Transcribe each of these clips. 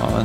Ja,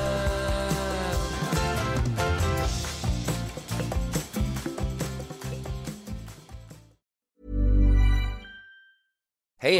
Hey,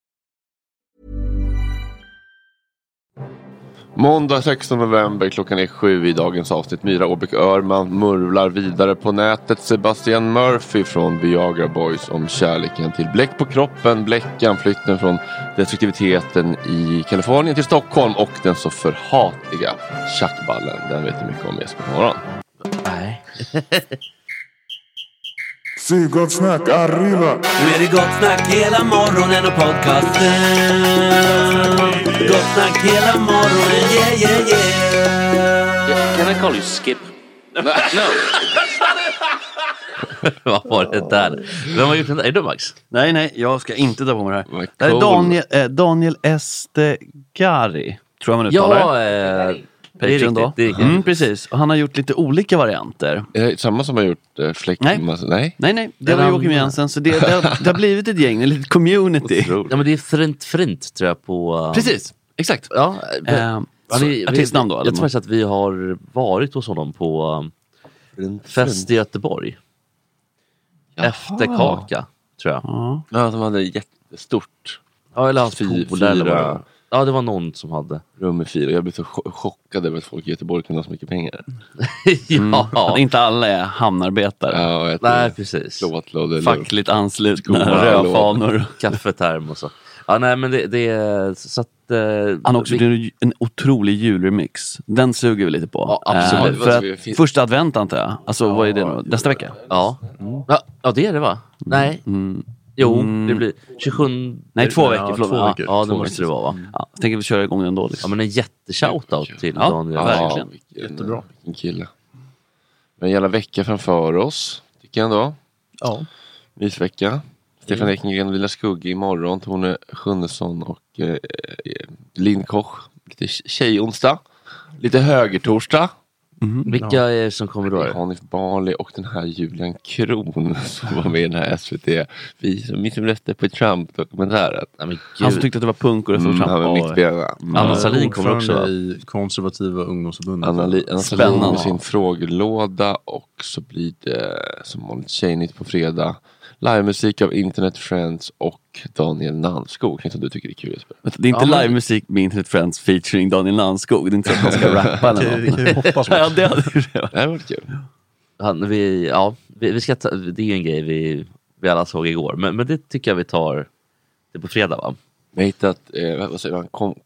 Måndag 16 november klockan är sju i dagens avsnitt. Myra Åbeck Öhrman murvlar vidare på nätet. Sebastian Murphy från Viagra Boys om kärleken till bläck på kroppen, bläckan, flytten från destruktiviteten i Kalifornien till Stockholm och den så förhatliga tjackballen. Den vet ni mycket om i Jesper på morgon. Sydgottsnack, arriva! Nu är det gott snack hela morgonen och podcasten. Gott snack hela morgonen, yeah yeah yeah. Can I call you Skip? No. Vad var det där? Vem har gjort den där? Är det du, Max? Nej, nej, jag ska inte ta på mig det här. Vad Det här är cool. Daniel, eh, Daniel Estegari, tror jag man uttalar Ja, eh, det är Patreon riktigt. då. Det är riktigt. Mm, precis, och han har gjort lite olika varianter. Är det samma som har gjort eh, Fläck? Nej. Nej. Nej, nej, det Den var andra. Joakim Jensen, så det, det, har, det har blivit ett gäng, ett litet community. Ja, men det är Frint Frint tror jag på... eh, Precis, exakt. Ja, eh, Eh, så, artistnamn då? Jag eller? tror faktiskt att vi har varit hos honom på um, fest i Göteborg. Efter kaka, tror jag. Ja, de hade jättestort Ja, eller hans Fy- polare eller vad det fyra. var. Ja, det var någon som hade. rum i fyra. Jag blev så cho- chockad över att folk i Göteborg kunde ha så mycket pengar. ja, Ja, Mm. Inte alla är hamnarbetare. Ja, och nej äter precis. plåtlådor. Fackligt anslutna, Skola, röda låda. fanor. Kaffeterm och så. Ja, nej men det, det är så att... Eh, Han har också gjort en- en otrolig julremix. Den suger vi lite på. Ja, absolut. Eh, för att, första advent antar jag. Alltså vad är det nu? Nästa vecka? Mm. Ja. Ja, ja, det är det va? Nej. Jo, det blir 27... Nej, två veckor, förlåt. två Ja, veckor. Ja, det två måste veckor. Mm. det vara va? Ja, jag tänker vi köra igång den då. Ja, Liksom. men en jätteshoutout till Ja, Daniel. ja, Verkligen. verkligen. Vilken, Jättebra. Vilken kille. Men en jävla vecka framför oss, tycker jag ändå. Ja. Mm. Mysvecka. Stefan Ekengren och Lilla Skugge imorgon. Tone Schunnesson och eh, eh, Linn Koch. Lite tjejonsdag. Lite högertorsdag. Mm-hmm. Vilka är det som kommer då? Hanif Bali och den här Julian Kron som var med i den här SVT. Vi som, ni som röstade på Trump-dokumentären. Nej, men Han gud. som tyckte att det var punk och det Mm, stod han med fram. mittbena. Anna Mm. Sahlin kommer också va? i konservativa ungdomsförbundet. Anna Li- Anna Sahlin Spännande. med sin frågelåda och så blir det som vanligt Tjejnytt på fredag. Livemusik av Internet Friends och Daniel Nannskog. Kanske du tycker det är kul Jesper? Det är inte Ja, men- livemusik med Internet Friends featuring Daniel Landskog. Det är inte så att han ska rappa eller något. kan ju hoppas Ja, det hade ju det. Det här var kul. Han, vi, ja, vi, vi ska ta, det är ju en grej vi, vi alla såg igår, men, men det tycker jag vi tar det på fredag va? Jag har hittat, eh, vad säger man, kom-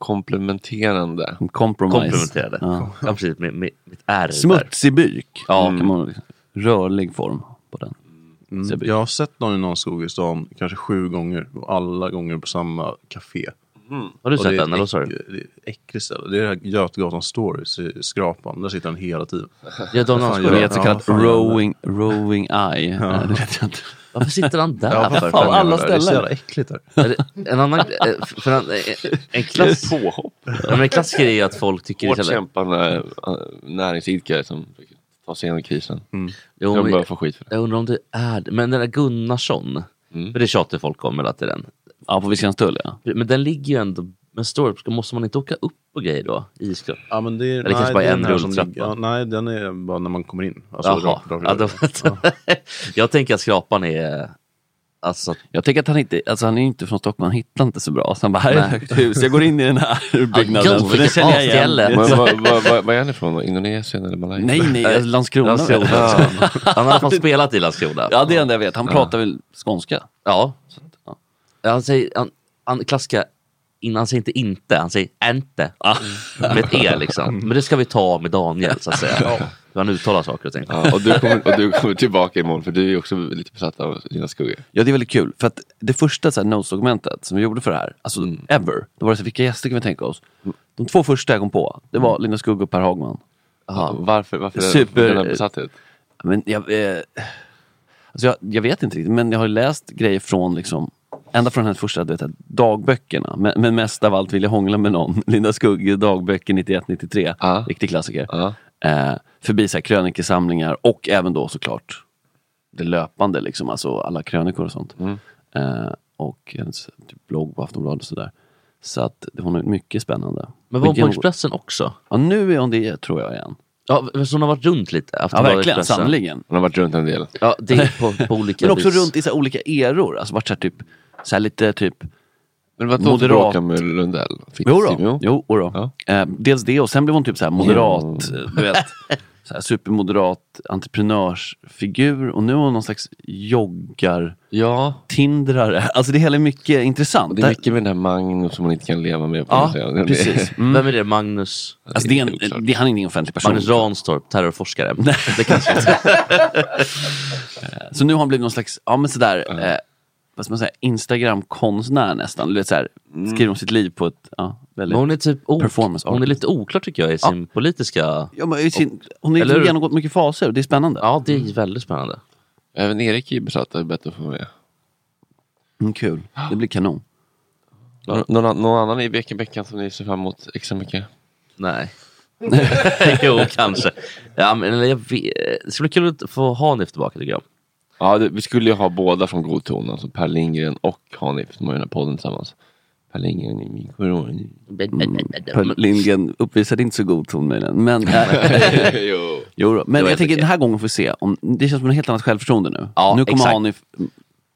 komplementerande. Compromise. Komplementerade. Ja. precis, med, med, med ett R där. Smutsig byk. Mm. Ja. Kan man, rörlig form på den. Mm. Jag har sett någon i någon skog i stan kanske sju gånger och alla gånger på samma café. Har du Och det sett är den? Eller vad ett sa du? äck- det är ett äckligt ställe. Det är det här Götgatan Stories i Skrapan. Där sitter han hela tiden. Ja, Daniel Fan, Det är Skoog. ett så kallat fan, rowing, rowing eye. Eh, Nej, det vet jag inte. Varför sitter han där? Ja, vad för? fan, alla Det är så ställen. jävla äckligt där. Är det- En annan... eh, För en, eh, en, klass, Påhopp. ja, men en klassiker är ju att folk tycker... Hårt så här- kämpande eh, näringsidkare som försöker ta sig igenom krisen. Jo, De men- börjar få skit för det. Jag undrar om det är det. Men den där Gunnarsson, för det tjatar folk om väl att det är den. Ja, på Viskanstull ja. Men den ligger ju ändå, men Storp, ska- måste man inte åka upp och grejer då? I skrubb? Ja, men det är, Eller kanske bara det är en den här som rulltrappa. ligger- Ja, nej, den är bara när man kommer in. Alltså, Jaha. rakt- rakt- Ja, då- Jag tänker att skrapan är, alltså, att- Jag tänker att han inte, alltså han är ju inte från Stockholm, han hittar inte så bra. Så han bara, här är ett högt hus, jag går in i den här byggnaden. Ah, för jo, den vilket känner jag igen. avställe. Men vad vad- vad- vad är han ifrån då? Indonesien eller Malaysia? Nej, nej, alltså, Landskrona. Landskrona. Ja. han har i alla fall spelat i Landskrona. ja, det är det enda jag vet. Han pratar väl skånska? Ja. Han säger, han, han klassiska, in, han säger inte inte, han säger inte. Ah. Med ett e liksom. Men det ska vi ta med Daniel så att säga. Hur han uttalar saker och ting. Ja, och, du kommer, och du kommer tillbaka imorgon för du är också lite besatt av dina skuggor. Ja, det är väldigt kul. För att det första så här, notes-dokumentet som vi gjorde för det här, alltså Mm. ever, då var det så här, vilka gäster kan vi tänka oss? De två första jag kom på, det Mm. var Linda Skugg och Per Hagman. Varför, varför Super- Super... den här besattheten? Men jag, eh, alltså jag, jag vet inte riktigt, men jag har ju läst grejer från liksom Ända från hennes första du vet, dagböckerna, men, men mest av allt vill jag hångla med någon. Linda Skugge, dagböcker 91-93, Ja. riktig klassiker. Ja. Eh, förbi så här, krönikesamlingar och även då såklart det löpande, liksom, alltså alla krönikor och sånt. Mm. Eh, och hennes typ, blogg på Aftonbladet och sådär. Så att hon är mycket spännande. Men var hon på Vilken- Expressen också? Ja, nu är hon det tror jag igen. Ja, men så hon har varit runt lite? Ja, Aftonbladet, verkligen, Expressen. sannerligen. Han har varit runt en del. Ja, det är på, på olika Men också vis. runt i så här olika eror, alltså vart så här typ, så här lite typ Men vad Moderat. tog bråka med Lundell? Fick Jo då. Jo. Jo, och då. Ja. Mm. Eh, dels det och sen blev hon typ så här moderat, eh, du vet, så här supermoderat entreprenörsfigur och nu är hon någon slags joggar-tindrare. Ja. Alltså det hela är mycket intressant. Det är mycket med den här Magnus som man inte kan leva med. På Ja, något sätt. precis. Vem är det? Magnus, Mm. Alltså det är en, det, han är ingen offentlig person. Magnus Ranstorp, terrorforskare. Det kanske Så nu har han blivit någon slags, ja men sådär, eh, vad ska man säga, Instagram-konstnär nästan. Du vet, så här, skriver om sitt liv på ett, ja, Mm. men väldigt... hon är typ ok- Performance art. Hon är lite oklar tycker jag i sin politiska... Ja, men i sin, hon har Eller hur? ju genomgått mycket faser och det är spännande. Ja, det är väldigt spännande. Även Erik är besatt av bättre att få med. Mm, kul, det blir kanon. Nå- Någon, an- någon annan i Bekenbäcken som ni ser fram emot extra mycket? Nej. jo, kanske. Ja, men jag vet, det skulle vara kul att få Hanif tillbaka tycker jag. Ja, det, vi skulle ju ha båda från god ton, alltså Per Lindgren och Hanif, som har ju den här podden tillsammans. Per Lindgren i min korona. Per Lindgren uppvisade inte så god ton möjligen. Men, Jo. jo då. Det var men jag helt tänker den här gången får vi se. Om, det känns som ett helt annat självförtroende nu. Ja, nu kommer exakt. Hanif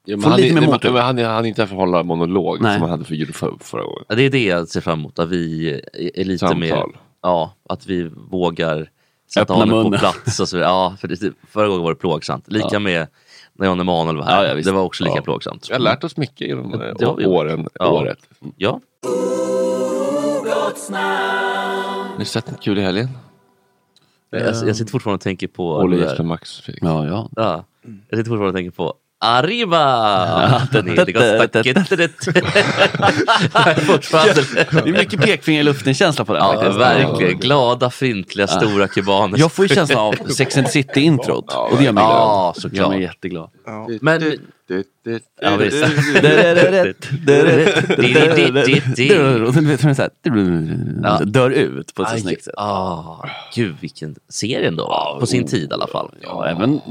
Ja, men få han, lite mer är- motor. men han, är- han är inte här för att hålla monolog Nej. som han hade för Judo för, förra gången. Ja, det är det jag ser fram emot, att vi är lite Samtal. mer... Ja, att vi vågar sätta Öppna honom på munnen. plats. Och så, vidare. ja, för det, förra gången var det plågsamt. Lika Ja. med när Jan Emanuel var här, det var också lika Ja. plågsamt. Vi har lärt oss mycket genom eh, Det har vi gjort. åren, Ja. året. Ja. Har ni sett något kul i helgen? Jag, jag sitter fortfarande och tänker på... Olle det där. Jesper Max Felix. Ja, ja. Ja. Jag sitter fortfarande och tänker på Arriba! Den heliga staketet. Fortfarande. Det är mycket pekfinger i luften-känsla på den. Ja, faktiskt. verkligen. Glada, fryntliga, Ja. stora kubaner. Jag får ju känslan av Sex and City-introt. och det gör mig glad. Ja, såklart. Jag är jätteglad. Men... Ja, visst. Och sen vet man så här, Dör ut på ett så Aj, snyggt sätt. ah, gud, vilken serie ändå. På sin tid i alla fall. Ja, även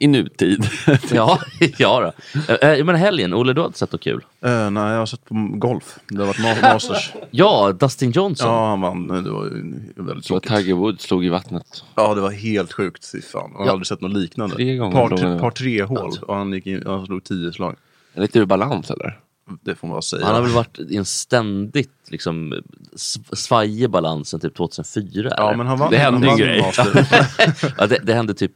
i nutid. ja, ja då. Eh, eh, Men helgen, Olle, du har inte sett något kul? Eh, nej, jag har sett på golf. Det har varit ma- Masters. Ja, Dustin Johnson. Ja, han vann. Det var ju väldigt Så tråkigt. Tiger Woods slog i vattnet. Ja, det var helt sjukt. Fy fan. Jag har Ja. aldrig sett något liknande. Tre gånger par, slog han tre, det. par tre hål och han, gick in, han slog tio slag. Lite ur balans eller? Det får man väl säga. Han har väl varit i en ständigt liksom, sv- svajig balansen typ 2004? Ja, eller? men han vann- Det hände han ju vann grejer. Masters. ja, det, det hände typ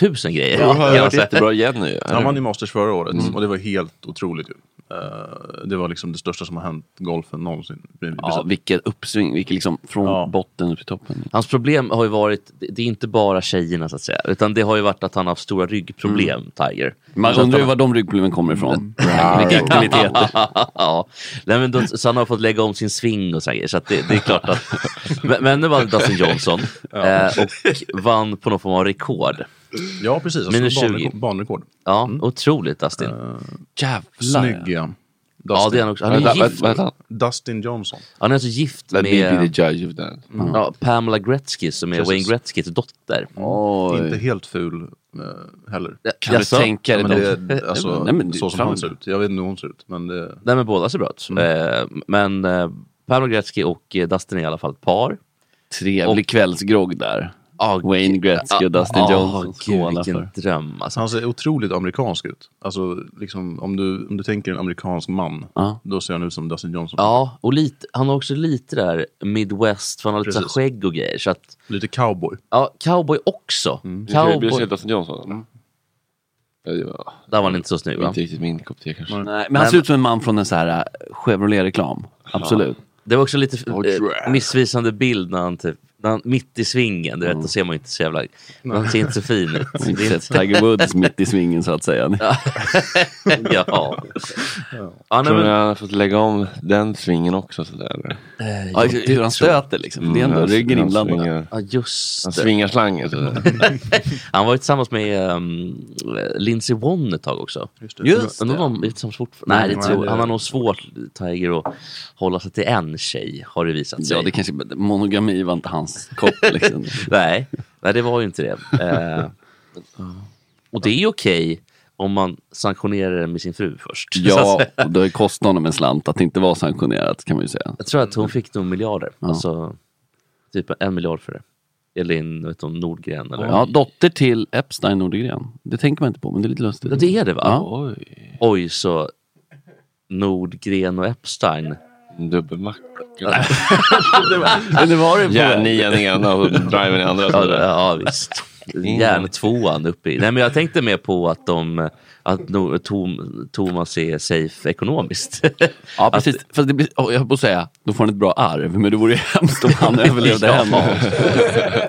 tusen grejer. Ja, han har kan man varit säga. jättebra Mm. igen nu. Han vann ju Masters förra året och det var helt otroligt. ju. Eh, det var liksom det största som har hänt golfen någonsin. Ja, vilket uppsving. Vilket liksom från Ja. botten upp till toppen. Hans problem har ju varit, det det är inte bara tjejerna så att säga, utan det har ju varit att han har haft stora ryggproblem, Mm. Tiger. Man Alltså, Så att undrar ju han- var de ryggproblemen kommer ifrån. Vilka aktiviteter. ja. Nej, men då, så han har fått lägga om sin sving och så här grejer, så att det, det är klart att... Men, men nu vann Dustin Johnson Ja. eh, och vann på någon form av rekord. Ja, precis. Han Minus slog Mm. 20. banrekord. banrekord. Ja, otroligt Dustin. Jävlar. Snygg ja. Ja, det är han också. Han är Eh, Vänta, gift. vänta, vänta. Dustin Johnson. Han är alltså gift Let me be med the judge of that. Mm. Ja, Pamela Gretzky som är Precis. Mm. Wayne Gretzkys dotter. Inte helt ful eh, heller. Ja, Kan du jaså? tänka ja, dig men det? det? Alltså, Nej, men det- så som fan. han ser ut. Jag vet inte hur hon ser ut. Men det, Nej men båda ser bra ut. Eh, men eh, Pamela Gretzky och eh, Dustin är i alla fall ett par. Trevlig kvällsgrogg där. Wayne Gretzky och Dustin ah, Johnson. gud, skålar vilken för. dröm. Alltså. Han ser otroligt amerikansk ut. Alltså, liksom, om, du, om du tänker en amerikansk man, Ja. då ser han ut som Dustin Johnson. Ja, och lite, han har också lite där midwest, för han har lite så här Precis. skägg och grejer. Så att, Lite cowboy. ja, cowboy också. Cowboy. Blir Cowboy. det Dustin Johnson? Mm. Ja, det var... Där var han inte så snygg va? Inte riktigt min kopp te kanske. Nej, men han ser ut som en man från en så här eh, Chevrolet-reklam. Absolut. Det var också lite Oh, eh, yeah. missvisande bild när han typ, när han, mitt i svingen, du vet, Mm. då ser man ju inte så jävla, han ser inte så fin ut. Jag har Det är inte sett inte- Tiger Woods mitt i svingen så att säga. ja. Ja, nej, Tror ni men, han har fått lägga om den svingen också? Mm. Sådär. Eh, Mm. Ja, hur han stöter, liksom. Det är ändå ryggen inblandad. Ja, just Han det. svingar slangen. sådär. han var ju tillsammans med um, Lindsey Vonn ett tag också. Just det. Just Men de det. var de tillsammans fortfarande. Nej, det Nej, tror det- jag. Han har nog svårt, Tiger, att hålla sig till en tjej, har det visat sig. Ja, det kanske, monogami var inte hans kopp. Liksom. nej, nej, det var ju inte det. Eh, och det är ju okej om man sanktionerar det med sin fru först. Så att Ja, säga. och det kostade honom en slant att inte vara sanktionerat kan man ju säga. Jag tror att hon fick nog miljarder. Ja. Alltså, typ en miljard för det. Elin vet du, Nordgren. Eller? Ja, dotter till Epstein Nordegren. Det tänker man inte på, men det är lite lustigt. Ja, det är det va? Ja. Oj. Oj så Nordgren och Epstein. Dubbelmacka. Men det var det på Järnian i ena och driven i andra. Ja, det- ja visst. Järntvåan uppe i. Nej men jag tänkte mer på att de att no, Tom, Thomas är safe ekonomiskt. Ja, precis. Fast det blir, oh, jag höll på att säga, då får han ett bra arv, men det vore ju hemskt om han överlevde hemma.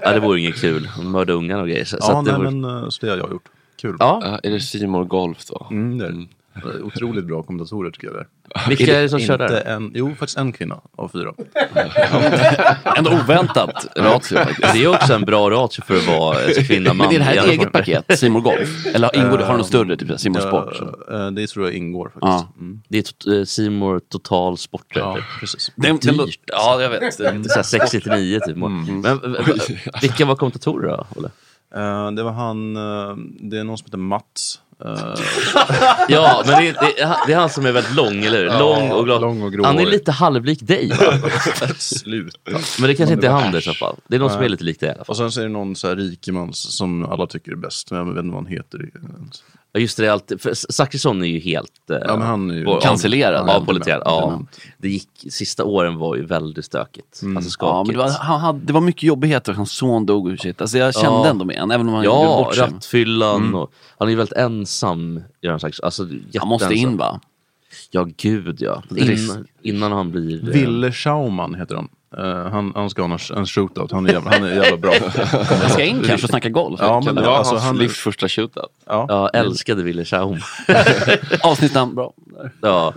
ja, det vore inget kul. Mörda ungarna och grejer. Så, så Ja, att det nej, eh, vore... men, eh, så det har jag gjort. Kul. Ja. Ja, Är det Simon Golf då? Mm, det är det. Eh, Otroligt bra kommentatorer tycker jag det Vilka är det som Inte kör där? Eh, En, jo, faktiskt en kvinna av fyra. En oväntat ratio faktiskt. Det är också en bra ratio för att vara eh, kvinna, man. Men är det här ett jämfört eget med- paket? Simor Golf? Eller ingår, Ehm, har du något större? Typ Simor Eh, Sport? eh, Det tror jag ingår faktiskt. Ja. Det är tot- eh, Simor Total Sport. Ja, precis. Den, Den- den- Dyrt. Ja, jag vet. Det är lite så här 699 typ. Mm. Men, v- v- vilka var kommentatorer då? Olle? Eh, Det var han, eh, det är någon som heter Mats. eh, Ja, men det, det, är han- det är han som är väldigt lång, eller hur? Ja, lång, och glad. lång och grå. Han är lite halvlik dig. va? Sluta. Men det kanske inte är han där i äsch. så fall. Det är någon som Nej. är lite lik dig i alla fall. Och sen så är det någon så här rikemans som alla tycker är bäst. Men jag vet inte vad han heter. Ja, just det, det, är alltid, för S- Zachrisson är ju helt eh, Ja, men han är ju- vår- Cancellerad. Ja, politiserad. Ja. Dement. Det gick, sista åren var ju väldigt stökigt. Alltså Ja, skakigt. men det, var, han hade, det var mycket jobbigheter, hans son dog och shit. Alltså jag kände Ja. ändå med honom, även om han gjorde Ja, bort sig. rattfyllan Mm. och han är ju väldigt ensam. Göran Zachrisson. Alltså, Han måste jätteensam. in, va? Ja, gud ja. Trist. In, innan han blir... eh, Ville Schauman heter han. Eh, han, han ska ha en- en shootout, han är jävla, han är jävla bra. Han ska in kanske och snacka golf. Ja, men, Det var alltså, hans han, livs första shootout. Ja. Ja, älskade Ville Schaum. Avsnittsnamn, bra. ja.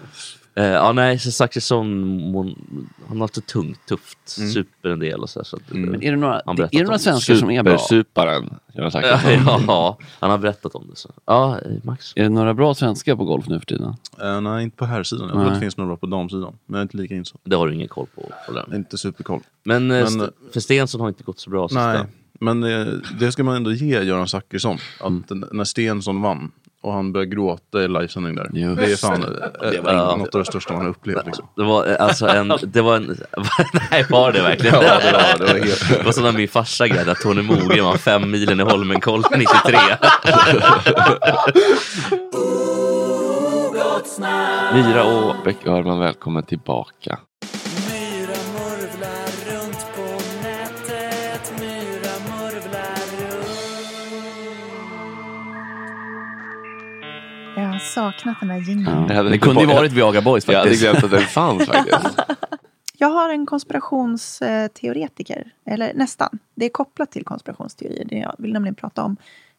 Eh, ja, nej, så Zachrisson, mon- han har haft det tungt, tufft, Mm. super en del och så. här, så att, Men är det några- han det- berättat är det några om svenskar som är bra? Supersuparen, Göran Zachrisson. Ja, ja, han har berättat om det. Så. Ja, eh, Max. Är det några bra svenskar på golf nu för tiden? Eh, nej, inte på här sidan. Jag tror Nej. att det finns några på damsidan. Men jag är inte lika insatt. Det har du ingen koll på? Olle. Inte superkoll. Men, eh, Men, eh, St- för Stensson har inte gått så bra sista. Nej, men eh, det ska man ändå ge Göran Zachrisson. Mm. Att n- När Stensson vann och han började gråta i livesändning där. Just Det är fan det. eh, Det var- något av det största man har upplevt. Liksom. Det var eh, alltså en... Det var en nej, var det verkligen Ja, det var det. Det var helt- Det var som när min farsa grejade att Tony Mogen var fem milen i Holmenkollen 93. Myra och Beck Öhrman, välkommen tillbaka. Jag har saknat den här jingeln. Ja. Det kunde ju varit Viagra Boys Jag hade faktiskt. glömt att den fanns faktiskt. Jag har en konspirationsteoretiker, eller nästan. Det är kopplat till konspirationsteorier. Det Jag vill nämligen prata om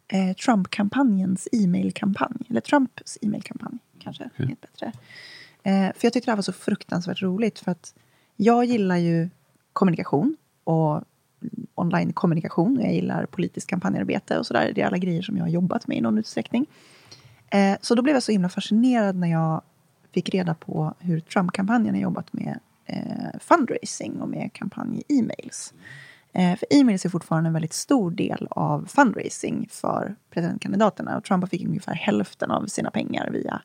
eh, Trump-kampanjens e-mailkampanj. Eller Trumps e-mailkampanj, kanske. är Ett bättre. Eh, för jag tyckte det här var så fruktansvärt roligt. För att jag gillar ju kommunikation och online-kommunikation. Jag gillar politiskt kampanjarbete och sådär. Det är alla grejer som jag har jobbat med i någon utsträckning. Eh, så då blev jag så himla fascinerad när jag fick reda på hur Trump-kampanjen har jobbat med eh, fundraising och med kampanj i e-mails. Eh, för e-mails är fortfarande en väldigt stor del av fundraising för presidentkandidaterna. Och Trump fick ungefär hälften av sina pengar via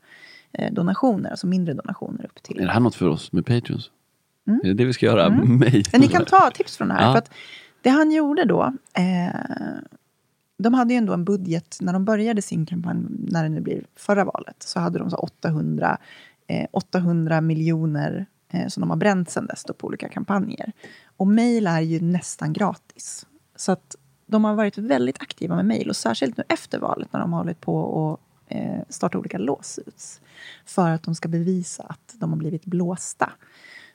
eh, donationer, alltså mindre donationer upp till Är det här något för oss med Patreons? Mm. Är det det vi ska göra? Mm. Mig? Men ni kan ta tips från det här. Ja. För att det han gjorde då, eh, de hade ju ändå en budget när de började sin kampanj, när det nu blir förra valet, så hade de så 800, eh, 800 miljoner eh, som de har bränt sen dess då på olika kampanjer. Och mejl är ju nästan gratis. Så att de har varit väldigt aktiva med mejl och särskilt nu efter valet när de har hållit på och eh, starta olika låsuts för att de ska bevisa att de har blivit blåsta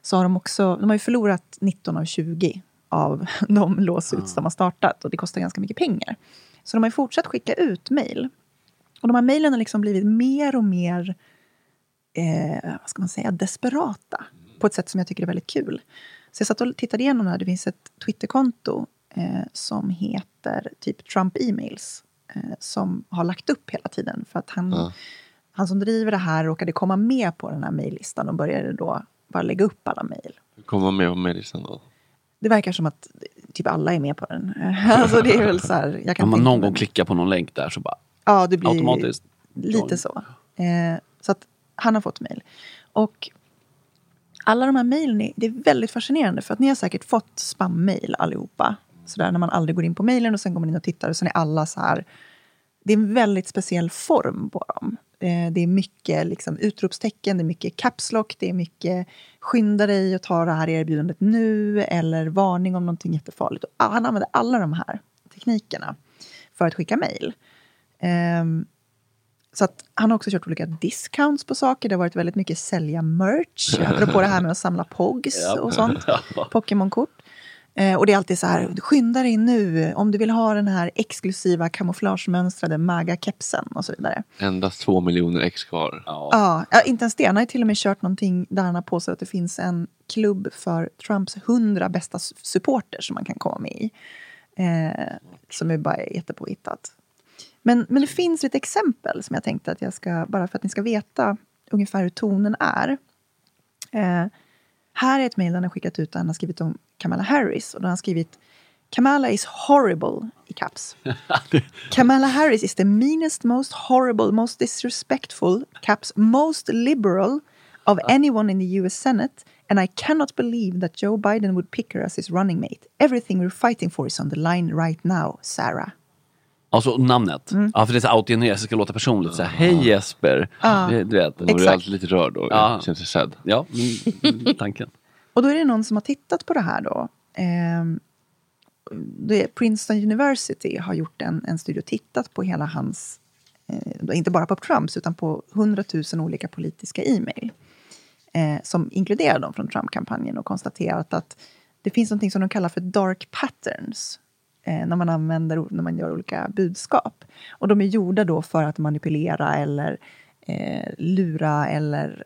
så har de också, de har ju förlorat 19 av 20 av de låsuts de har startat och det kostar ganska mycket pengar. Så de har ju fortsatt skicka ut mejl. Och de här mejlen har liksom blivit mer och mer, eh, vad ska man säga, desperata på ett sätt som jag tycker är väldigt kul. Så jag satt och tittade igenom det här, det finns ett Twitterkonto eh, som heter typ Trump e-mails eh, som har lagt upp hela tiden för att han Ja. han som driver det här råkade komma med på den här mejllistan och började då bara lägga upp alla mejl. Komma med på medisen då. Det verkar som att typ alla är med på den. alltså det är väl så här, jag kan Om man tänka någon mig- gång klickar på någon länk där så bara Ja, det blir automatiskt. lite så. Eh, så att han har fått mejl. Och alla de här mejlen, är- det är väldigt fascinerande för att ni har säkert fått spammejl allihopa. Sådär när man aldrig går in på mejlen och sen går man in och tittar och sen är alla så här det är en väldigt speciell form på dem. Eh, Det är mycket liksom, utropstecken, det är mycket caps lock, det är mycket skynda dig och ta det här erbjudandet nu eller varning om någonting jättefarligt. Och ah, Han använder alla de här teknikerna för att skicka mejl. Ehm, Så att han har också kört olika discounts på saker. Det har varit väldigt mycket sälja merch, apropå det här med att samla pogs och sånt. Pokémon-kort. Eh, Eh, och det är alltid så här, skynda dig nu om du vill ha den här exklusiva kamouflagemönstrade maga-kepsen och så vidare. Endast två miljoner ex kvar. Ja, ja, inte ens det. Han har ju till och med kört någonting där han har påstått att det finns en klubb för Trumps hundra bästa s- supporters som man kan komma med i. Eh, som ju bara är jättepåhittat. Men, men det finns lite exempel som jag tänkte att jag ska, bara för att ni ska veta ungefär hur tonen är. Eh, här är ett mejl han har skickat ut där han har skrivit om Kamala Harris och då har han skrivit Kamala is horrible i caps. Kamala Harris is the meanest, most horrible, most disrespectful, caps most liberal of anyone in the US Senate and I cannot believe that Joe Biden would pick her as his running mate. Everything we're fighting for is on the line right now, Sarah. Alltså namnet. Mm. Ja, för det är så autogenerat, så det ska låta personligt. Så här, Hej Jesper. Ja. Det- Du vet. Man blir Exakt. alltid lite rörd och ja. känner sig sedd. Ja, mm, tanken. Och då är det någon som har tittat på det här då. Ehm, det är Princeton University har gjort en, en studie och tittat på hela hans, eh, då inte bara på Trumps, utan på 100 000 olika politiska e-mail. Eh, som inkluderar dem från Trump-kampanjen och konstaterat att det finns något som de kallar för dark patterns. Eh, när man använder, när man gör olika budskap. Och de är gjorda då för att manipulera eller eh, lura eller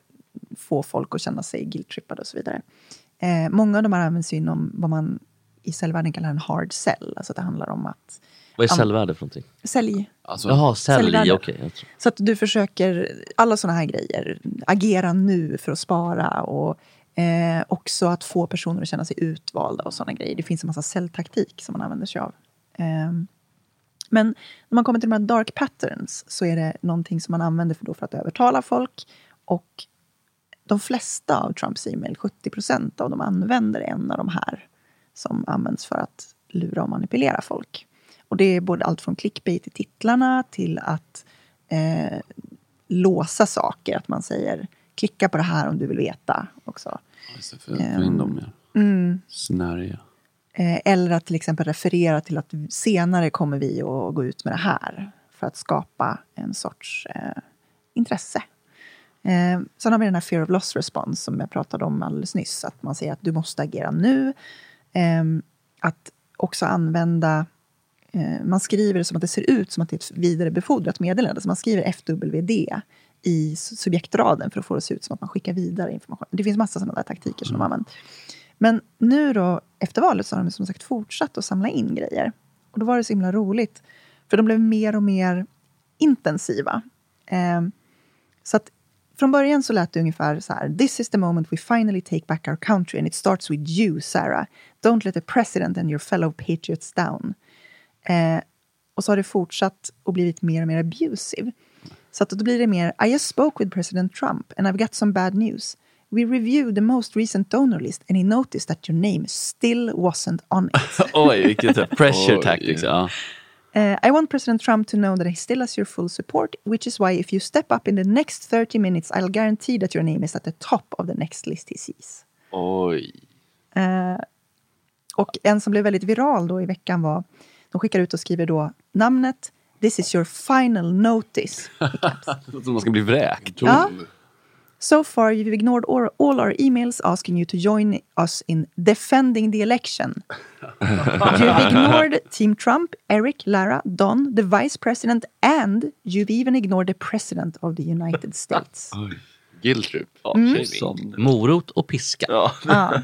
få folk att känna sig guilt-trippade och så vidare. Eh, många av de här används ju inom vad man i säljvärlden kallar en hard sell, alltså det handlar om att... Vad är an- säljvärde för någonting? Sälj. Jaha, sälj, Säljvärde. okej. jag tror- Så att du försöker, alla såna här grejer, agera nu för att spara och eh, också att få personer att känna sig utvalda och såna grejer. Det finns en massa säljtaktik som man använder sig av. Ehm, men när man kommer till de här dark patterns så är det någonting som man använder för, då för att övertala folk och de flesta av Trumps e-mail, 70 procent av dem använder en av de här som används för att lura och manipulera folk. Och det är både allt från clickbait i titlarna till att eh, låsa saker, att man säger klicka på det här om du vill veta också. Så för, för in dem, ja. Mm. Snärja. Eh, Eller att till exempel referera till att senare kommer vi att gå ut med det här för att skapa en sorts eh, intresse. Eh, sen har vi den här fear of loss response som jag pratade om alldeles nyss. Att man säger att du måste agera nu. Eh, att också använda... Eh, man skriver det som att det ser ut som att det är ett vidarebefordrat meddelande. Så man skriver FWD i su- subjektraden för att få det att se ut som att man skickar vidare information. Det finns massa sådana där taktiker som de har använt. Men nu då, efter valet, så har de som sagt fortsatt att samla in grejer. Och då var det så himla roligt, för de blev mer och mer intensiva. Ehm, så att från början så lät det ungefär så här. This is the moment we finally take back our country and it starts with you, Sarah. Don't let the president and your fellow patriots down. Eh, och så har det fortsatt och blivit mer och mer abusive. Så att då blir det mer, I just spoke with president Trump and I've got some bad news. We reviewed the most recent donor list and he noticed that your name still wasn't on it. Oj, vilket så här pressure Oj. tactics. liksom. Ja. Uh, I want President Trump to know that he still has your full support, which is why if you step up in the next 30 minutes, I'll guarantee that your name is at the top of the next list he sees. Oj. Eh, och en som blev väldigt viral då i veckan var, de skickar ut och skriver då namnet, this is your final notice. Som man ska bli vräkt. Ja. So far you've ignored all, all our emails asking you to join us in defending the election. You've ignored Team Trump, Eric, Lara, Don, the Vice President and you've even ignored the President of the United States. Guilt trip. Mm. Morot och piska. Ja.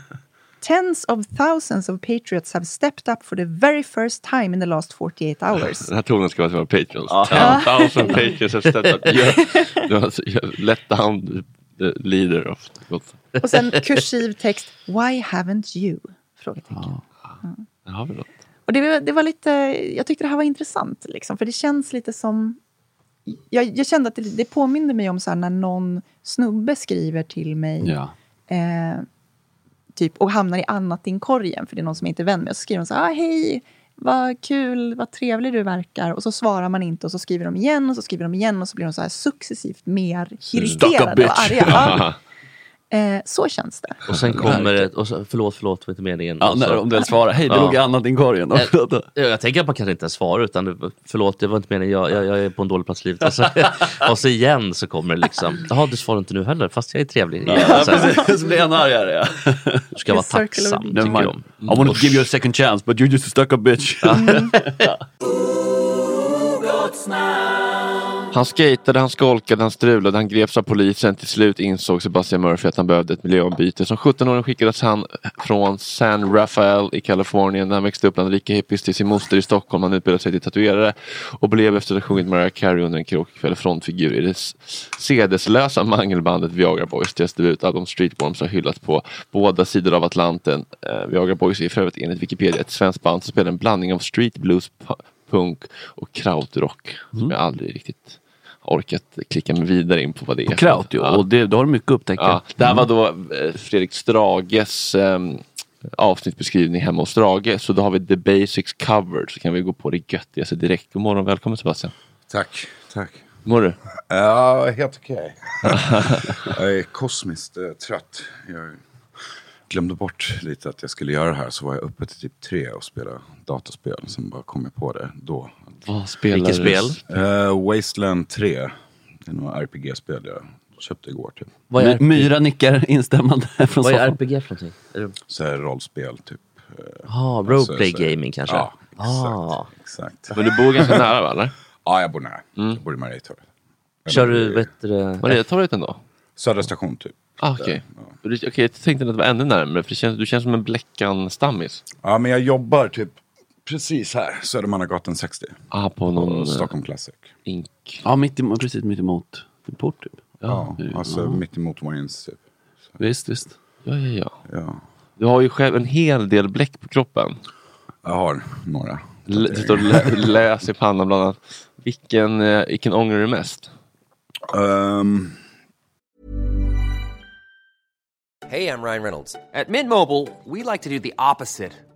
Tens of thousands of patriots have stepped up for the very first time in the last 48 hours. Den här tonen ska vara till våra patreons. Ja. 10,000 patreons have stepped up. You're- du har- you're- Let down eh, the leader of... Och sen kursiv text, why haven't you? Frågetecken. Ja. Där har vi något. Och det, var- det var lite, jag tyckte det här var intressant, liksom, för det känns lite som... Jag, jag kände att det, det påminde mig om så här, när någon snubbe skriver till mig Ja. eh, typ, och hamnar i annat inkorgen, för det är någon som jag inte är vän med. Och så skriver de så här, ah, hej, vad kul, vad trevlig du verkar. Och så svarar man inte och så skriver de igen och så skriver de igen och så blir de så här successivt mer irriterade och arga. Ja. Eh, så känns det. Och sen kommer det, och så, förlåt, förlåt, var inte meningen. Ja, Och så- när- om den svarar, hej det Ja. låg annat i korgen. Eh, Jag, jag tänker att man kanske inte ens svarar utan det- förlåt, det var inte meningen, jag, jag, jag är på en dålig plats i livet. Och så, och så igen så kommer det liksom, jaha du svarar inte nu heller fast jag är trevlig. Ja, precis. Så blir han argare. Ja. Du ska vara tacksam, tycker Never mind. jag. I wanted to give you a second chance but you're just a stuck up bitch. Han skatade, han skolkade, han strulade, han greps av polisen. Till slut insåg Sebastian Murphy att han behövde ett miljöombyte. Som 17-åring skickades han från San Rafael i Kalifornien när han växte upp bland rika hippies till sin moster i Stockholm. Han utbildade sig till tatuerare och blev efter att ha sjungit Mariah Carey under en karaokekväll frontfigur i det s- sedeslösa mangelbandet Viagra Boys. Deras debutalbum Streetworms har hyllats på båda sidor av Atlanten. Eh, Viagra Boys är för övrigt enligt Wikipedia ett svenskt band som spelar en blandning av street blues, pu- punk och krautrock. Mm. Som jag aldrig riktigt orkat klicka mig vidare in på vad det är. På kraut, ja. Och det, då har du mycket att upptäcka. Ja, det här var då eh, Fredrik Strages ehm, avsnittbeskrivning hemma hos Strage. Så då har vi The Basics covered så kan vi gå på det göttigaste direkt. God morgon, välkommen Sebastian. Tack, tack. Mår du? Ja, helt okej. jag är kosmiskt eh, trött. Jag glömde bort lite att jag skulle göra det här. Så var jag uppe till typ tre och spelade datorspel. Sen bara kom jag på det då. Vad spelar Vilket du? spel? Eh, Wasteland 3. Det är några RPG-spel jag köpte igår typ. Vad är- Myra nickar instämmande från Vad är soffan. RPG för någonting? Är det- Så här rollspel typ. Ah, Alltså, roleplay så här- gaming kanske? Ja, exakt. Ah. exakt. Men du bor ganska nära, va, eller? Ja, jag bor nära. Mm. Jag bor i Marietorget. Kör du bättre... Marietorget ändå? Södra station typ. Ah, Okej, okay. jag tänkte att det var ännu närmare för det känns, du känns som en Bleckan-stammis. Ja, men jag jobbar typ precis här, Södermannagatan 60. Ah, på någon, Stockholm Classic. Ja, mitt emot, precis mitt emot en port typ. Ja, alltså ja. mittemot Waynes typ. Visst, visst. Ja, ja, ja. Du har ju själv en hel del bläck på kroppen. Jag har några. L- det står lä- läs i pannan bland annat. Vilken, eh, vilken ångrar du mest? Ehm. Hey, I'm Ryan Reynolds. At Mint Mobile, we like to do the opposite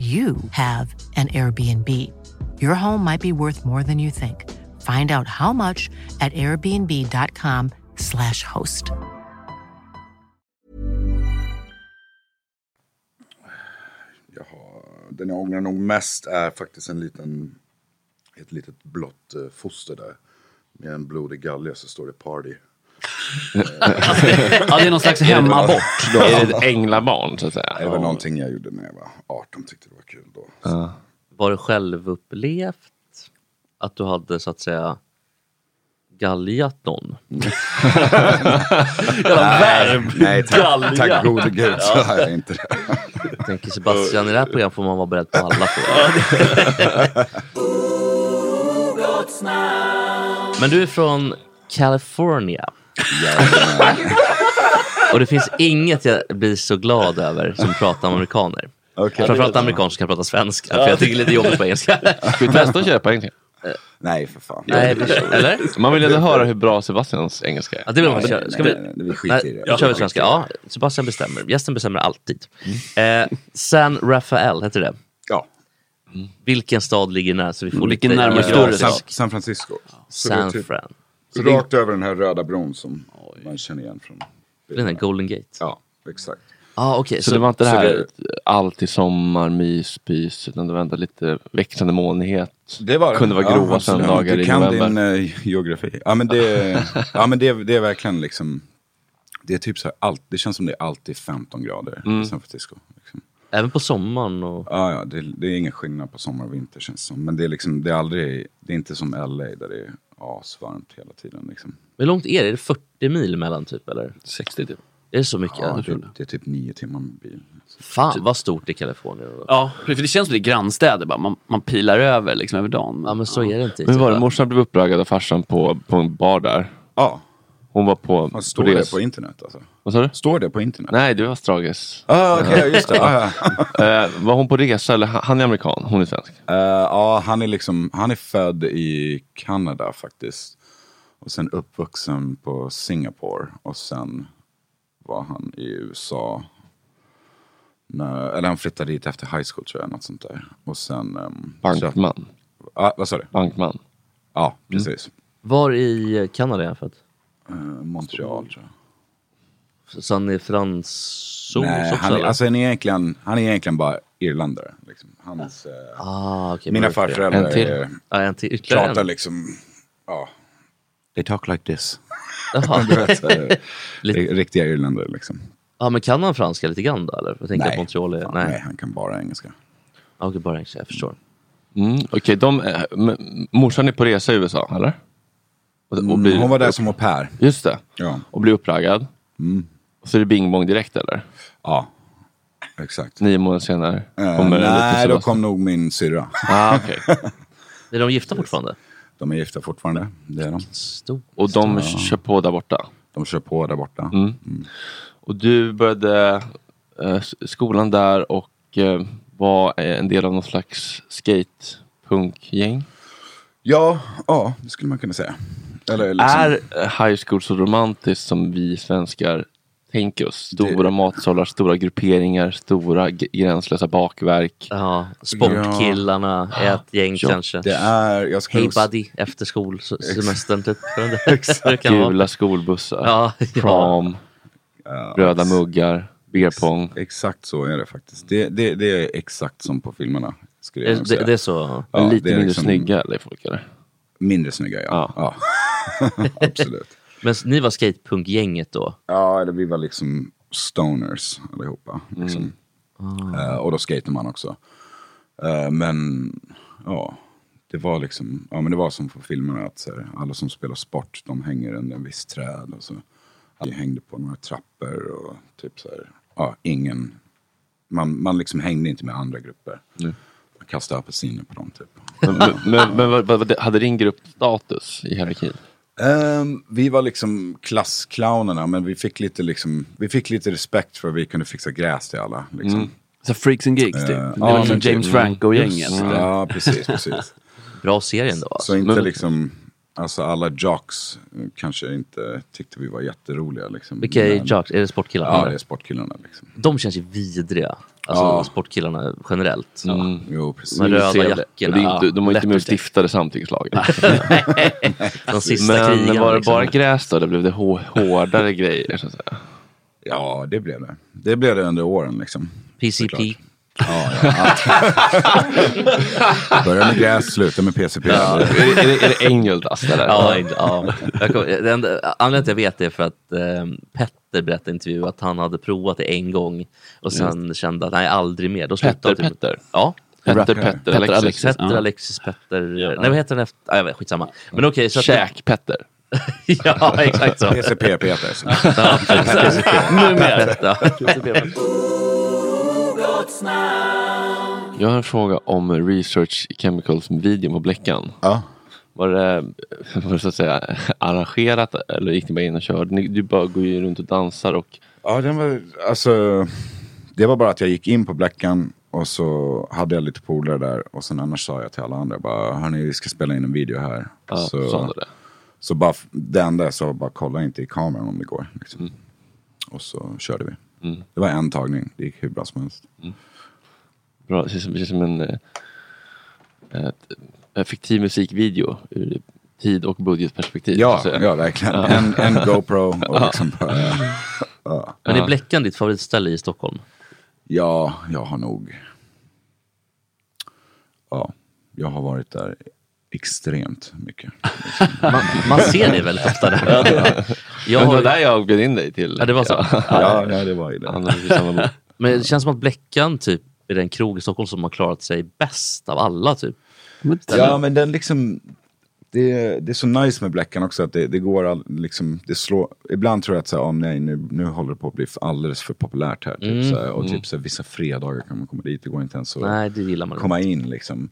you have an Airbnb. Your home might be worth more than you think. Find out how much at airbnb.com/slash host. Den jag ångrar nog mest är faktiskt en liten, ett litet blått eh, foster där. Med en blodig galge så står det party. Eh, Ja, det är någon slags hemmabort då. Är det ett änglabarn så att säga? Det var någonting jag gjorde när jag var 18 tyckte det var kul då. Var det självupplevt att du hade så att säga galjat någon? Nej, nej, tack- tack gode gud så Ja. har jag inte det. Jag tänker Sebastian, i det här programmet får man vara beredd på alla frågor. Men du är från California. Och det finns inget jag blir så glad över som pratar om amerikaner. Okej. Framförallt amerikaner som kan prata svenska, Ja. för jag tycker det är lite jobbigt på engelska. Ska vi testa att köpa en? Nej, för fan. Nej, vi- eller? Man vill ändå höra hur bra Sebastians engelska är. Ja, det vill man köra. Ska vi, Nej, Då kör vi svenska. Ja. Ja, Sebastian bestämmer. Gästen bestämmer alltid. Eh, San Rafael, heter det? Ja. Vilken stad ligger nära? Så vi får Vilken lite närmare geografisk- stad? San- San Francisco. Så det är San typ- Fran. Så rakt över den här röda bron som man känner igen från... Den här Golden Gate? Ja, exakt. Ah, okej, så, det var inte det så här det- allt i sommar, mys, pys, utan det var ändå lite växande molnighet. Det var det. Kunde vara Ja, grova absolut. söndagar Du i kan november. din eh, geografi. Ja men, det, ja, men det, det är verkligen liksom... Det är typ så här, allt, det känns som det är alltid 15 grader Mm. i San Francisco. Liksom. Även på sommaren? Och... Ja, ja det, det är ingen skillnad på sommar och vinter känns det som. Men det är, liksom, det är, aldrig, det är inte som LA där det är asvarmt hela tiden. Liksom. Hur långt är det? Är det 40 mil mellan typ? Eller? 60 typ. Är det så mycket? Ja, det, det är typ nio timmar med bil. Fan vad stort i Kalifornien. då. Ja, för det känns som det är grannstäder bara. Man, man pilar över liksom över dagen. Ja, men så är det inte. Men var det morsan blev uppraggad av farsan på, på en bar där? Typ. Ja. Hon var på... Fan, står det på internet alltså? Vad sa du? Står det på internet? Nej, det var Strages. Ah, okej, just det. Ah, Eh, var hon på resa eller han han är amerikan, hon är svensk? Eh, ja, han är, liksom, han är född i Kanada faktiskt. Och sen uppvuxen på Singapore. Och sen var han i USA. När, eller han flyttade dit efter high school tror jag, något sånt där. Och sen... ehm, Bankman. så- Ah, vad sa du? Bankman. Ja, precis. Var i Kanada är han född? Montreal tror jag. Så han är fransos Nej, också? han, är- eller? alltså, han, är egentligen, han är egentligen bara irländare. Liksom. Hans, eh, ah, okej, mina mörkt, ja. farföräldrar En till. är- Ja, en till. Ytterligare pratar en. liksom... Ja. They talk like this. Jaha. Du vet, så här, ri- Riktiga irländare liksom. Ja, men kan han franska lite grann då? Eller? Jag tänker Nej, att Montreal är... fan, nej. nej, han kan bara engelska. Okej, bara engelska. Jag förstår. Mm, Okej, de, eh, men morsan är på resa i USA, eller? Och, och Mm, hon var där som au pair. Just det. Ja. Mm. Och blir uppraggad. Och så är det bing bong direkt, eller? Ja, exakt. Nio månader senare Eh, kommer det lite nej, då Sebastian. kom nog min syrra. Ah, okej. Är de gifta fortfarande? De är gifta fortfarande. Mm. Det är de. Och de kör på där borta? De kör på där borta. Mm. Och du började eh, s- skolan där och eh, var eh, en del av någon slags skatepunk-gäng? Liksom. Ja, ja, det skulle man kunna säga. Eller liksom- Är eh, high school så romantiskt som vi svenskar tänker oss? Stora matsalar, stora grupperingar, stora g- gränslösa bakverk. Ja, sportkillarna är ett gäng kanske. hey buddy, efter skolsemestern typ. Det kan vara. Gula skolbussar, Ja, ja. prom, röda muggar, beerpong. Exakt så är det faktiskt. Det, det, det är exakt som på filmerna. Skulle jag Eh, Är- nog det- säga. det är liksom- så? Men lite mindre snygga, eller folk eller? liksom Mindre snygga ja. ja. Absolut. Men ni var skatepunkgänget då? Ja, eller vi var liksom stoners allihopa. Mm. Liksom. Ah. Eh, och då skater man också. Eh, men ja, det var liksom, ja men det var som på filmerna att så här, alla som spelar sport de hänger under en viss träd och så. Vi hängde på några trappor och typ så här, ja ingen, man, man liksom hängde inte med andra grupper. Man kastade apelsiner på dem typ. Men, men, men, men vad, vad, vad- hade din grupp status i hierarkin? Ehm, vi var liksom klassclownerna, men vi fick, lite liksom, vi fick lite respekt för att vi kunde fixa gräs till alla. Liksom. Mm. Så freaks and gigs typ. Eh, Det ja, var liksom men som typ. James Franco-gänget. Mm. Ja, precis. precis. Bra serie ändå. Så inte liksom, alltså alla jocks eh, kanske inte tyckte vi var jätteroliga. Liksom. Vilka är Men- jocks? Är det sportkillarna? Ja, eller? det är sportkillarna. Liksom. De känns ju vidriga. Alltså Ja. sportkillarna generellt. liksom- Mm. Jo, De här Ser röda det. Och det är jackorna. inte, de var inte med och lätt stiftade samtyckslagen. De sista men krigarna, var det liksom. bara gräs då? Eller blev det hår, hårdare grejer? Så att säga? Ja, det blev det. Det blev det under åren. Liksom. PCP. Såklart. Ja, ja, allt. Börja med gräs, sluta med PCP. Ja. Är det- är det- är det Engeldass, eller? Ja, Engel- ja. Jag kommer, det enda, anledningen till att jag vet det är för att ehm, Petter berättade i en intervju att han hade provat det en gång och sen kände att nej, aldrig mer. Då slutade Petter, typ, Petter? Ja. Petter, Petter, Petter, Petter Alexis. Alexis. Petter, Ja. Alexis, Petter... Nej, vad heter den efter? Ah, jag vet, skitsamma. Men okej. så att- Käk-Petter. ja, exakt så. PCP Peter. ja, precis. PCP. Numera. Petter. Jag har en fråga om Research Chemicals-videon på Bleckan. Var det, var det så att säga arrangerat eller gick ni bara in och körde? Ni- Du bara går ju runt och dansar och Ja, den var, alltså, det var bara att jag gick in på Blackan Och så hade jag lite polare där och sen annars sa jag till alla andra bara, hörni vi ska spela in en video här. Ja, sa så, du det? så bara, f- det enda jag sa var bara kolla inte i kameran om det går. Liksom. Och så körde vi. Mm. Det var en tagning, det gick hur bra som helst. Bra, det känns som, det känns som en, eh, ett- en fiktiv musikvideo ur tid och budgetperspektiv. Alltså, Ja, så att säga. ja, verkligen. En- en GoPro och liksom bara, ja. Ja. Men är Ja. Bleckan ditt favoritställe i Stockholm? Ja, jag har nog... Ja, jag har varit där extremt mycket. Man, man ser det väldigt ofta där. Ja, det- Men Jag det har- var där jag bjöd in dig till. Ja, det var så. Ja, ja, det var ju det. Han hade ju samma bok. Men det känns som att Bleckan typ är den krog i Stockholm som har klarat sig bäst av alla typ. Ja, men den liksom... Det, det är så nice med Bleckan också att det, det går all, liksom, det slår, ibland tror jag att så här, "Ah, nej, nu, nu håller det på att bli alldeles för populärt här. Typ, Mm, så här, och mm. typ så här, vissa fredagar kan man komma dit, det går inte ens att Nej, det gillar man inte. komma in liksom.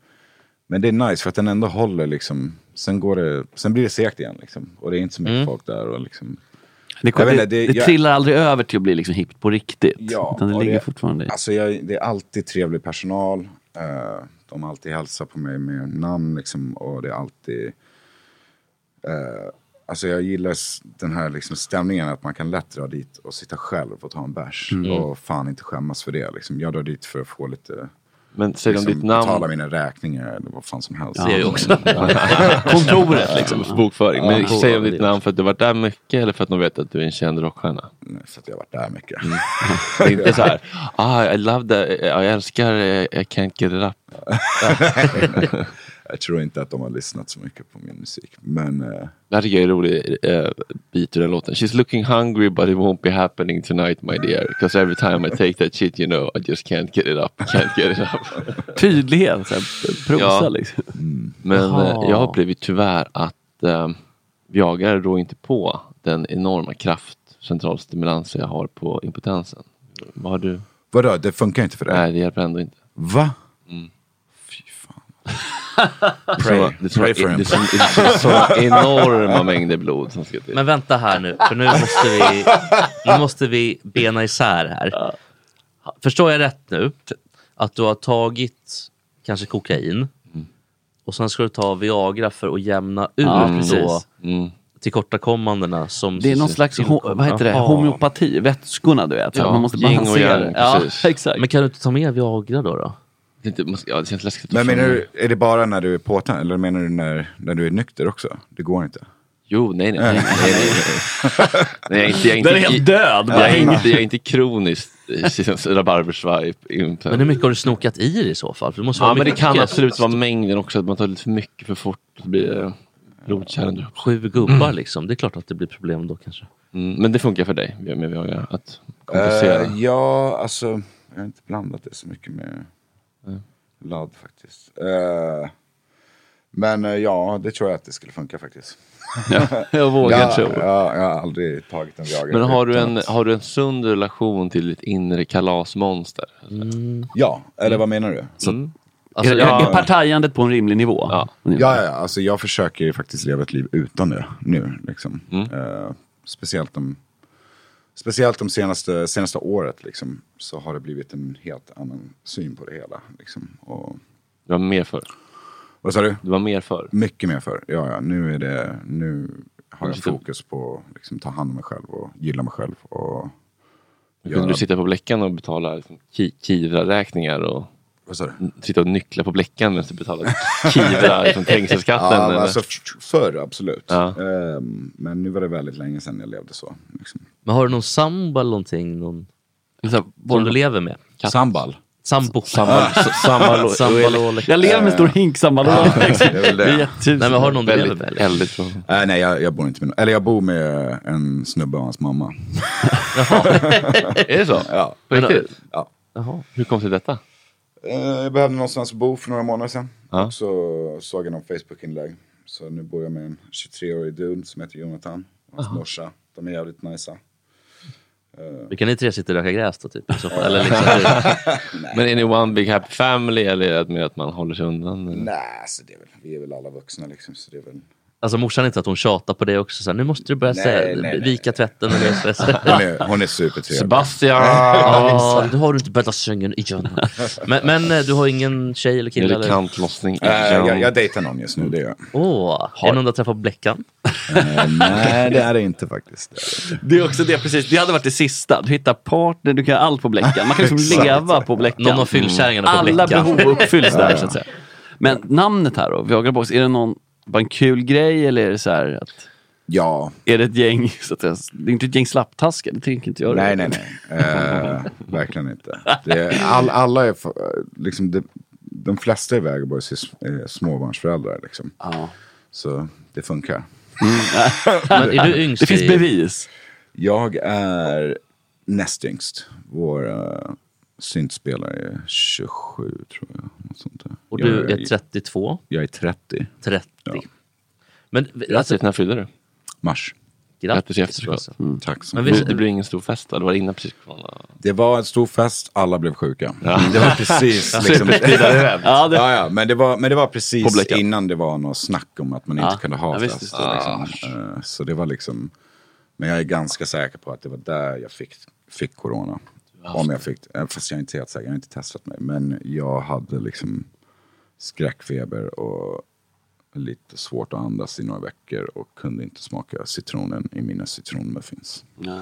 Men det är nice för att den ändå håller liksom, sen, går det, sen blir det segt igen liksom. Och det är inte så mycket folk där och liksom. Mm. Det, Jag vet inte, det, jag- trillar aldrig över till att bli liksom hippt på riktigt. Ja, utan det och ligger det- fortfarande i. Alltså jag, det är alltid trevlig personal. Eh, de alltid hälsar på mig med namn liksom, och det är alltid... eh, alltså jag gillar s- den här liksom stämningen att man kan lätt dra dit och sitta själv och ta en bärs. Mm. Och fan inte skämmas för det. Liksom. Jag drar dit för att få lite... Men säger de ditt namn? Liksom Betala mina räkningar eller vad fan som helst. Ja. Ser jag också. Kontoret, liksom. Bokföring. Men säg om ditt namn för att du varit där mycket eller för att de vet att du är en känd rockstjärna? Nej, Mm, för att jag har varit där mycket. Mm. Det är inte så här, ah, I love that, eh, jag älskar eh, I can't get it up. jag tror inte att de har lyssnat så mycket på min musik. Men... eh, Det här tycker jag är en rolig eh, bit ur den låten. She's looking hungry but it won't be happening tonight my dear. Because every time I take that shit you know I just can't get it up, can't get it up. Tydlighet, så här, prosa Ja. liksom. Men Jaha. eh, jag upplever ju tyvärr att eh, Viagra rår inte på den enorma kraft central stimulans jag har på impotensen. Vad har Eh. du? Vadå, det funkar inte för dig? Nej, det hjälper ändå inte. Va? Mm. Fy Pray. fan. Det är såna- Pray for him. det är såna- det är såna enorma mängder blod som ska till. Men vänta här nu, för nu måste vi, nu måste vi bena isär här. Förstår jag rätt nu? Att du har tagit kanske kokain och sen ska du ta Viagra för att jämna ut Ja, då precis. Mm. tillkortakommandena som... Det är någon slags ho- tillkommer. vad heter det? Jaha. homeopati, vätskorna du vet. så att man måste balansera. Ja, exakt. Men kan du inte ta med Viagra då? då? ja, det känns läskigt. Men menar du, är det bara när du är påtänd eller menar du när, när du är nykter också? Det går inte? Jo, nej, nej, nej, nej, nej, nej. Nej, jag är inte, jag är inte, Den är helt död, Jag är Björn. inte, jag är inte kroniskt eh, rabarbersvaj. inte. Men hur mycket har du snokat i det i så fall? För det måste Ja, vara men det mycket. kan absolut vara mängden också, att man tar lite för mycket för fort. Så blir det blodkärlen. Sju Mm. gubbar liksom, det är klart att det blir problem då kanske. Mm, men det funkar för dig med Viagra, att kompensera? Eh, ja, alltså, jag har inte blandat det så mycket med Mm. ladd faktiskt. Eh, men eh, ja, det tror jag att det skulle funka faktiskt. Ja, jag vågar ja, tro. Ja, jag har aldrig tagit en Viagra. men har du, utan en, att- har du en sund relation till ditt inre kalasmonster? Ja, eller vad menar du? Så- Mm. Alltså, Är- är- ja. är partajandet på en rimlig nivå? Ja, ja, ja alltså, jag försöker ju faktiskt leva ett liv utan det nu. Liksom. Mm. Eh, speciellt de, speciellt de senaste, senaste året liksom, så har det blivit en helt annan syn på det hela. Liksom. Och, Du var mer för. Vad sa du? Du var mer för. Mycket mer för. Ja, ja. Nu, är det, nu har jag Just det. fokus på att liksom, ta hand om mig själv och gilla mig själv. Och Kunde du sitta på bläckan och betala liksom, ki- Kivra-räkningar? Och, N- Sitta och nyckla på bläckan medan du betalar Kivra, liksom, trängselskatten? Ja, men eller? alltså, f- förr absolut. Ja. Ehm, men nu var det väldigt länge sedan jag levde så. Liksom. Men har du någon sambo eller någonting? Någon, som du lever med? Katt. Sambal? Sambo. Sambal- s- sambalo- Sambalole. Jag lever med en stor hink sambalole. Eh, Nej, men har du någon du lever med? eller? Äh, nej, jag, jag bor inte med någon. Eller jag bor med en snubbe och hans mamma. är det så? Ja. På riktigt? Ja. Hur kom sig detta? Eh, Jag behövde någonstans att bo för några månader sedan. Ja. Och så såg jag någon Facebook-inlägg. Så nu bor jag med en 23-årig dude som heter Jonathan. Och hans Aha. morsa. De är jävligt najsa. Eh, Vi kan ni tre sitta och röka gräs då typ? i så fall, Eller liksom, men är ni one big happy family eller är det mer att man håller sig undan? eller? Nej, så det är väl, vi är väl alla vuxna liksom. Så det är väl Alltså morsan inte att hon tjatar på det också. Så här, nu måste du börja Nej, säga, nej, nej. vika tvätten. Eller, så, så. Hon är- hon är supertrevlig. Sebastian! ja, då har du inte bäddat sängen igen. Men, men eh, du har ingen tjej eller kille? eller? Eh, Äh, jag, jag dejtar någon just nu, det gör jag. Eh, Åh, är det någon du har träffat på Bleckan? nej, det är det inte faktiskt. Det är också det, precis. Det hade varit det sista. Du hittar partner, du kan göra allt på Bleckan. Man kan liksom Exakt. leva på Bleckan. Någon av fyllkärringarna på Alla Bleckan. behov uppfylls där Ja. så att säga. Men namnet här då, Viagra Boys, är det någon, bara en kul grej eller är det så här att... Ja. Är det ett gäng, så att säga, det är inte ett gäng slapptaskar, det tänker inte jag. Nej, nej, nej. Eh, verkligen inte. Det, all, alla är, för- liksom, det, de flesta i Vägerborgs är, sm- är småbarnsföräldrar. Liksom. Så det funkar. Mm. Men är du yngst Det finns i- bevis. Jag är näst yngst. Vår uh, syntspelare är 27, tror jag. Något sånt där. Och du jag, är 32? Jag är 30. 30. Men, Grattis, när fyller du? Mars. Grattis i efterskott. Mm. Mm. Tack så Men mycket. visst, det blir ingen stor fest då? Det var innan precis corona. Det var en stor fest, alla blev sjuka. Det var Ja. precis. liksom, Superspridare. ja, det... ja, ja, men, det var, men det var På precis Blackout. innan det var något snack om att man inte Ja. kunde Ja, ha visst, fest. visst, liksom. Eh, Så det var liksom, men jag är ganska säker på att det var där jag fick, fick corona. Om jag fick, eh, fast jag är inte helt säker, jag har inte testat mig. Men jag hade liksom skräckfeber och lite svårt att andas i några veckor och kunde inte smaka citronen i mina citronmuffins. Nej.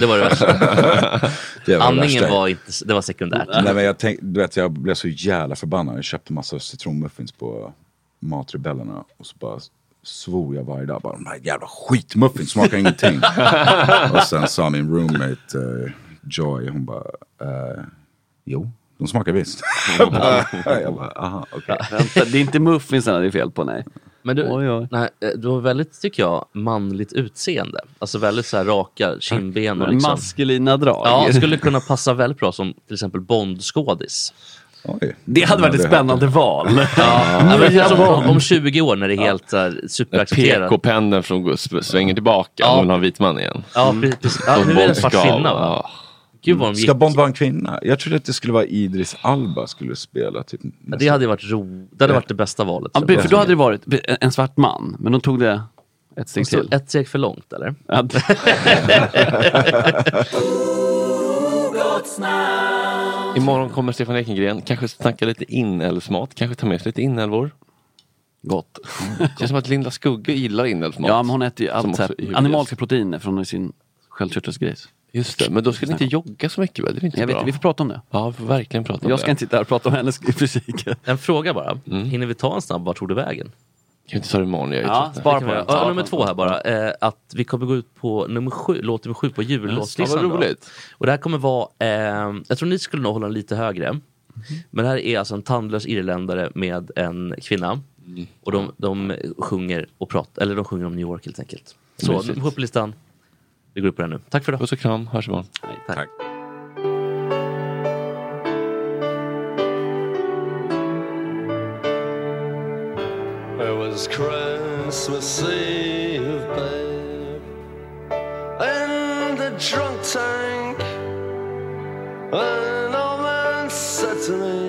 Det var det värsta. Det var det Andningen värsta. var inte, det var sekundärt. Nej, men jag, tänk, du vet, jag blev så jävla förbannad. Jag köpte massa citronmuffins på Matrebellerna och så bara svor jag varje dag. Bara, de här jävla skitmuffins smakar ingenting. och sen sa min roommate eh, Joy, hon bara, eh, jo, de smakar visst. jag bara, jag bara, aha, okej. Vänta, det är inte muffinsarna det är fel på, nej. Men du, Nej, eh, du har väldigt, tycker jag, manligt utseende. Alltså väldigt så här raka kindben. och Liksom. Maskulina drag. Ja, skulle kunna passa väldigt bra som till exempel Bondskådis. Det hade varit ett spännande val. Ja, Nya men alltså, val. om, om 20 år när det är helt ja. superaccepterat. PK-pendeln från sv- svänger tillbaka. Ja. Hon har en vit man igen. Ja, precis, precis. Ja, Och nu är det en Bond svart ska- kvinna, va? ja. Gud vad de gick. Ska Bond vara en kvinna? Jag trodde att det skulle vara Idris Alba skulle spela. Typ, Det hade ju varit ro... Det hade varit det bästa valet. Ja, för då hade det varit en- en svart man, men de tog det ett steg De tog till. ett steg för långt, eller? Ja, Imorgon kommer Stefan Ekengren. Kanske snacka lite inälvsmat. Kanske ta med sig lite inälvor. Gott. känns som att Linda Skugge gillar inälvsmat. Ja, men hon äter ju Som allt så också är här, hudlös. animaliska proteiner från sin sköldkörtelsgris. Just det, men då ska ni inte jogga så mycket väl? Det är inte Jag så vet, bra. vi får prata om det. Ja, vi får verkligen prata om Jag det. ska inte sitta här och prata om hennes fysik. En fråga bara. Hinner vi ta en snabb, vart tog du vägen? Kan vi inte ta det imorgon? Jag är Ja, trött. spara på den. Ja, nummer två här bara. Eh, att vi kommer gå ut på nummer sju, låt nummer sju på jullåtslistan. Ja, vad då. roligt. Och det här kommer vara, eh, jag tror ni skulle nog hålla den lite högre. Men det här är alltså en tandlös irländare med en kvinna. Och de, de sjunger och pratar, eller de sjunger om New York helt enkelt. Så, Mysigt. nummer sju på listan. Vi går upp på den nu. Tack för idag. Puss och kram, hörs imorgon. Tack. It was Christmas Eve, babe, in the drunk tank. An old man said to me,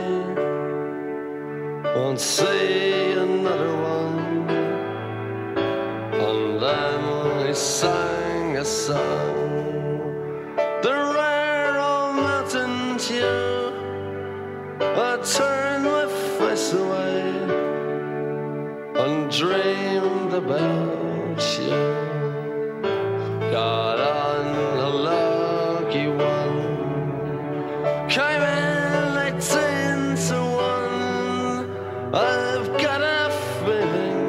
"Won't see another one." And then he sang a song, the rare old mountain dew. I turned my face away and dreamed about you. Got on a lucky one, came in eighteen to one. I've got a feeling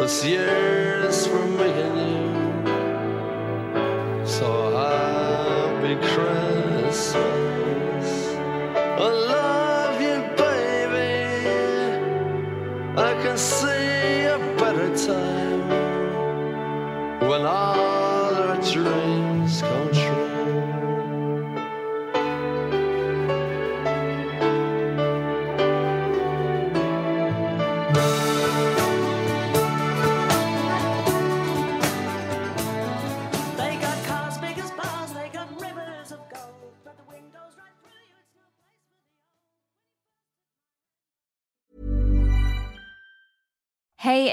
this year's for me and you. So happy Christmas. I love you, baby. I can see a better time when all our dreams come true. They got cars big as bars, they got rivers of gold. But the windows right through you. Hey,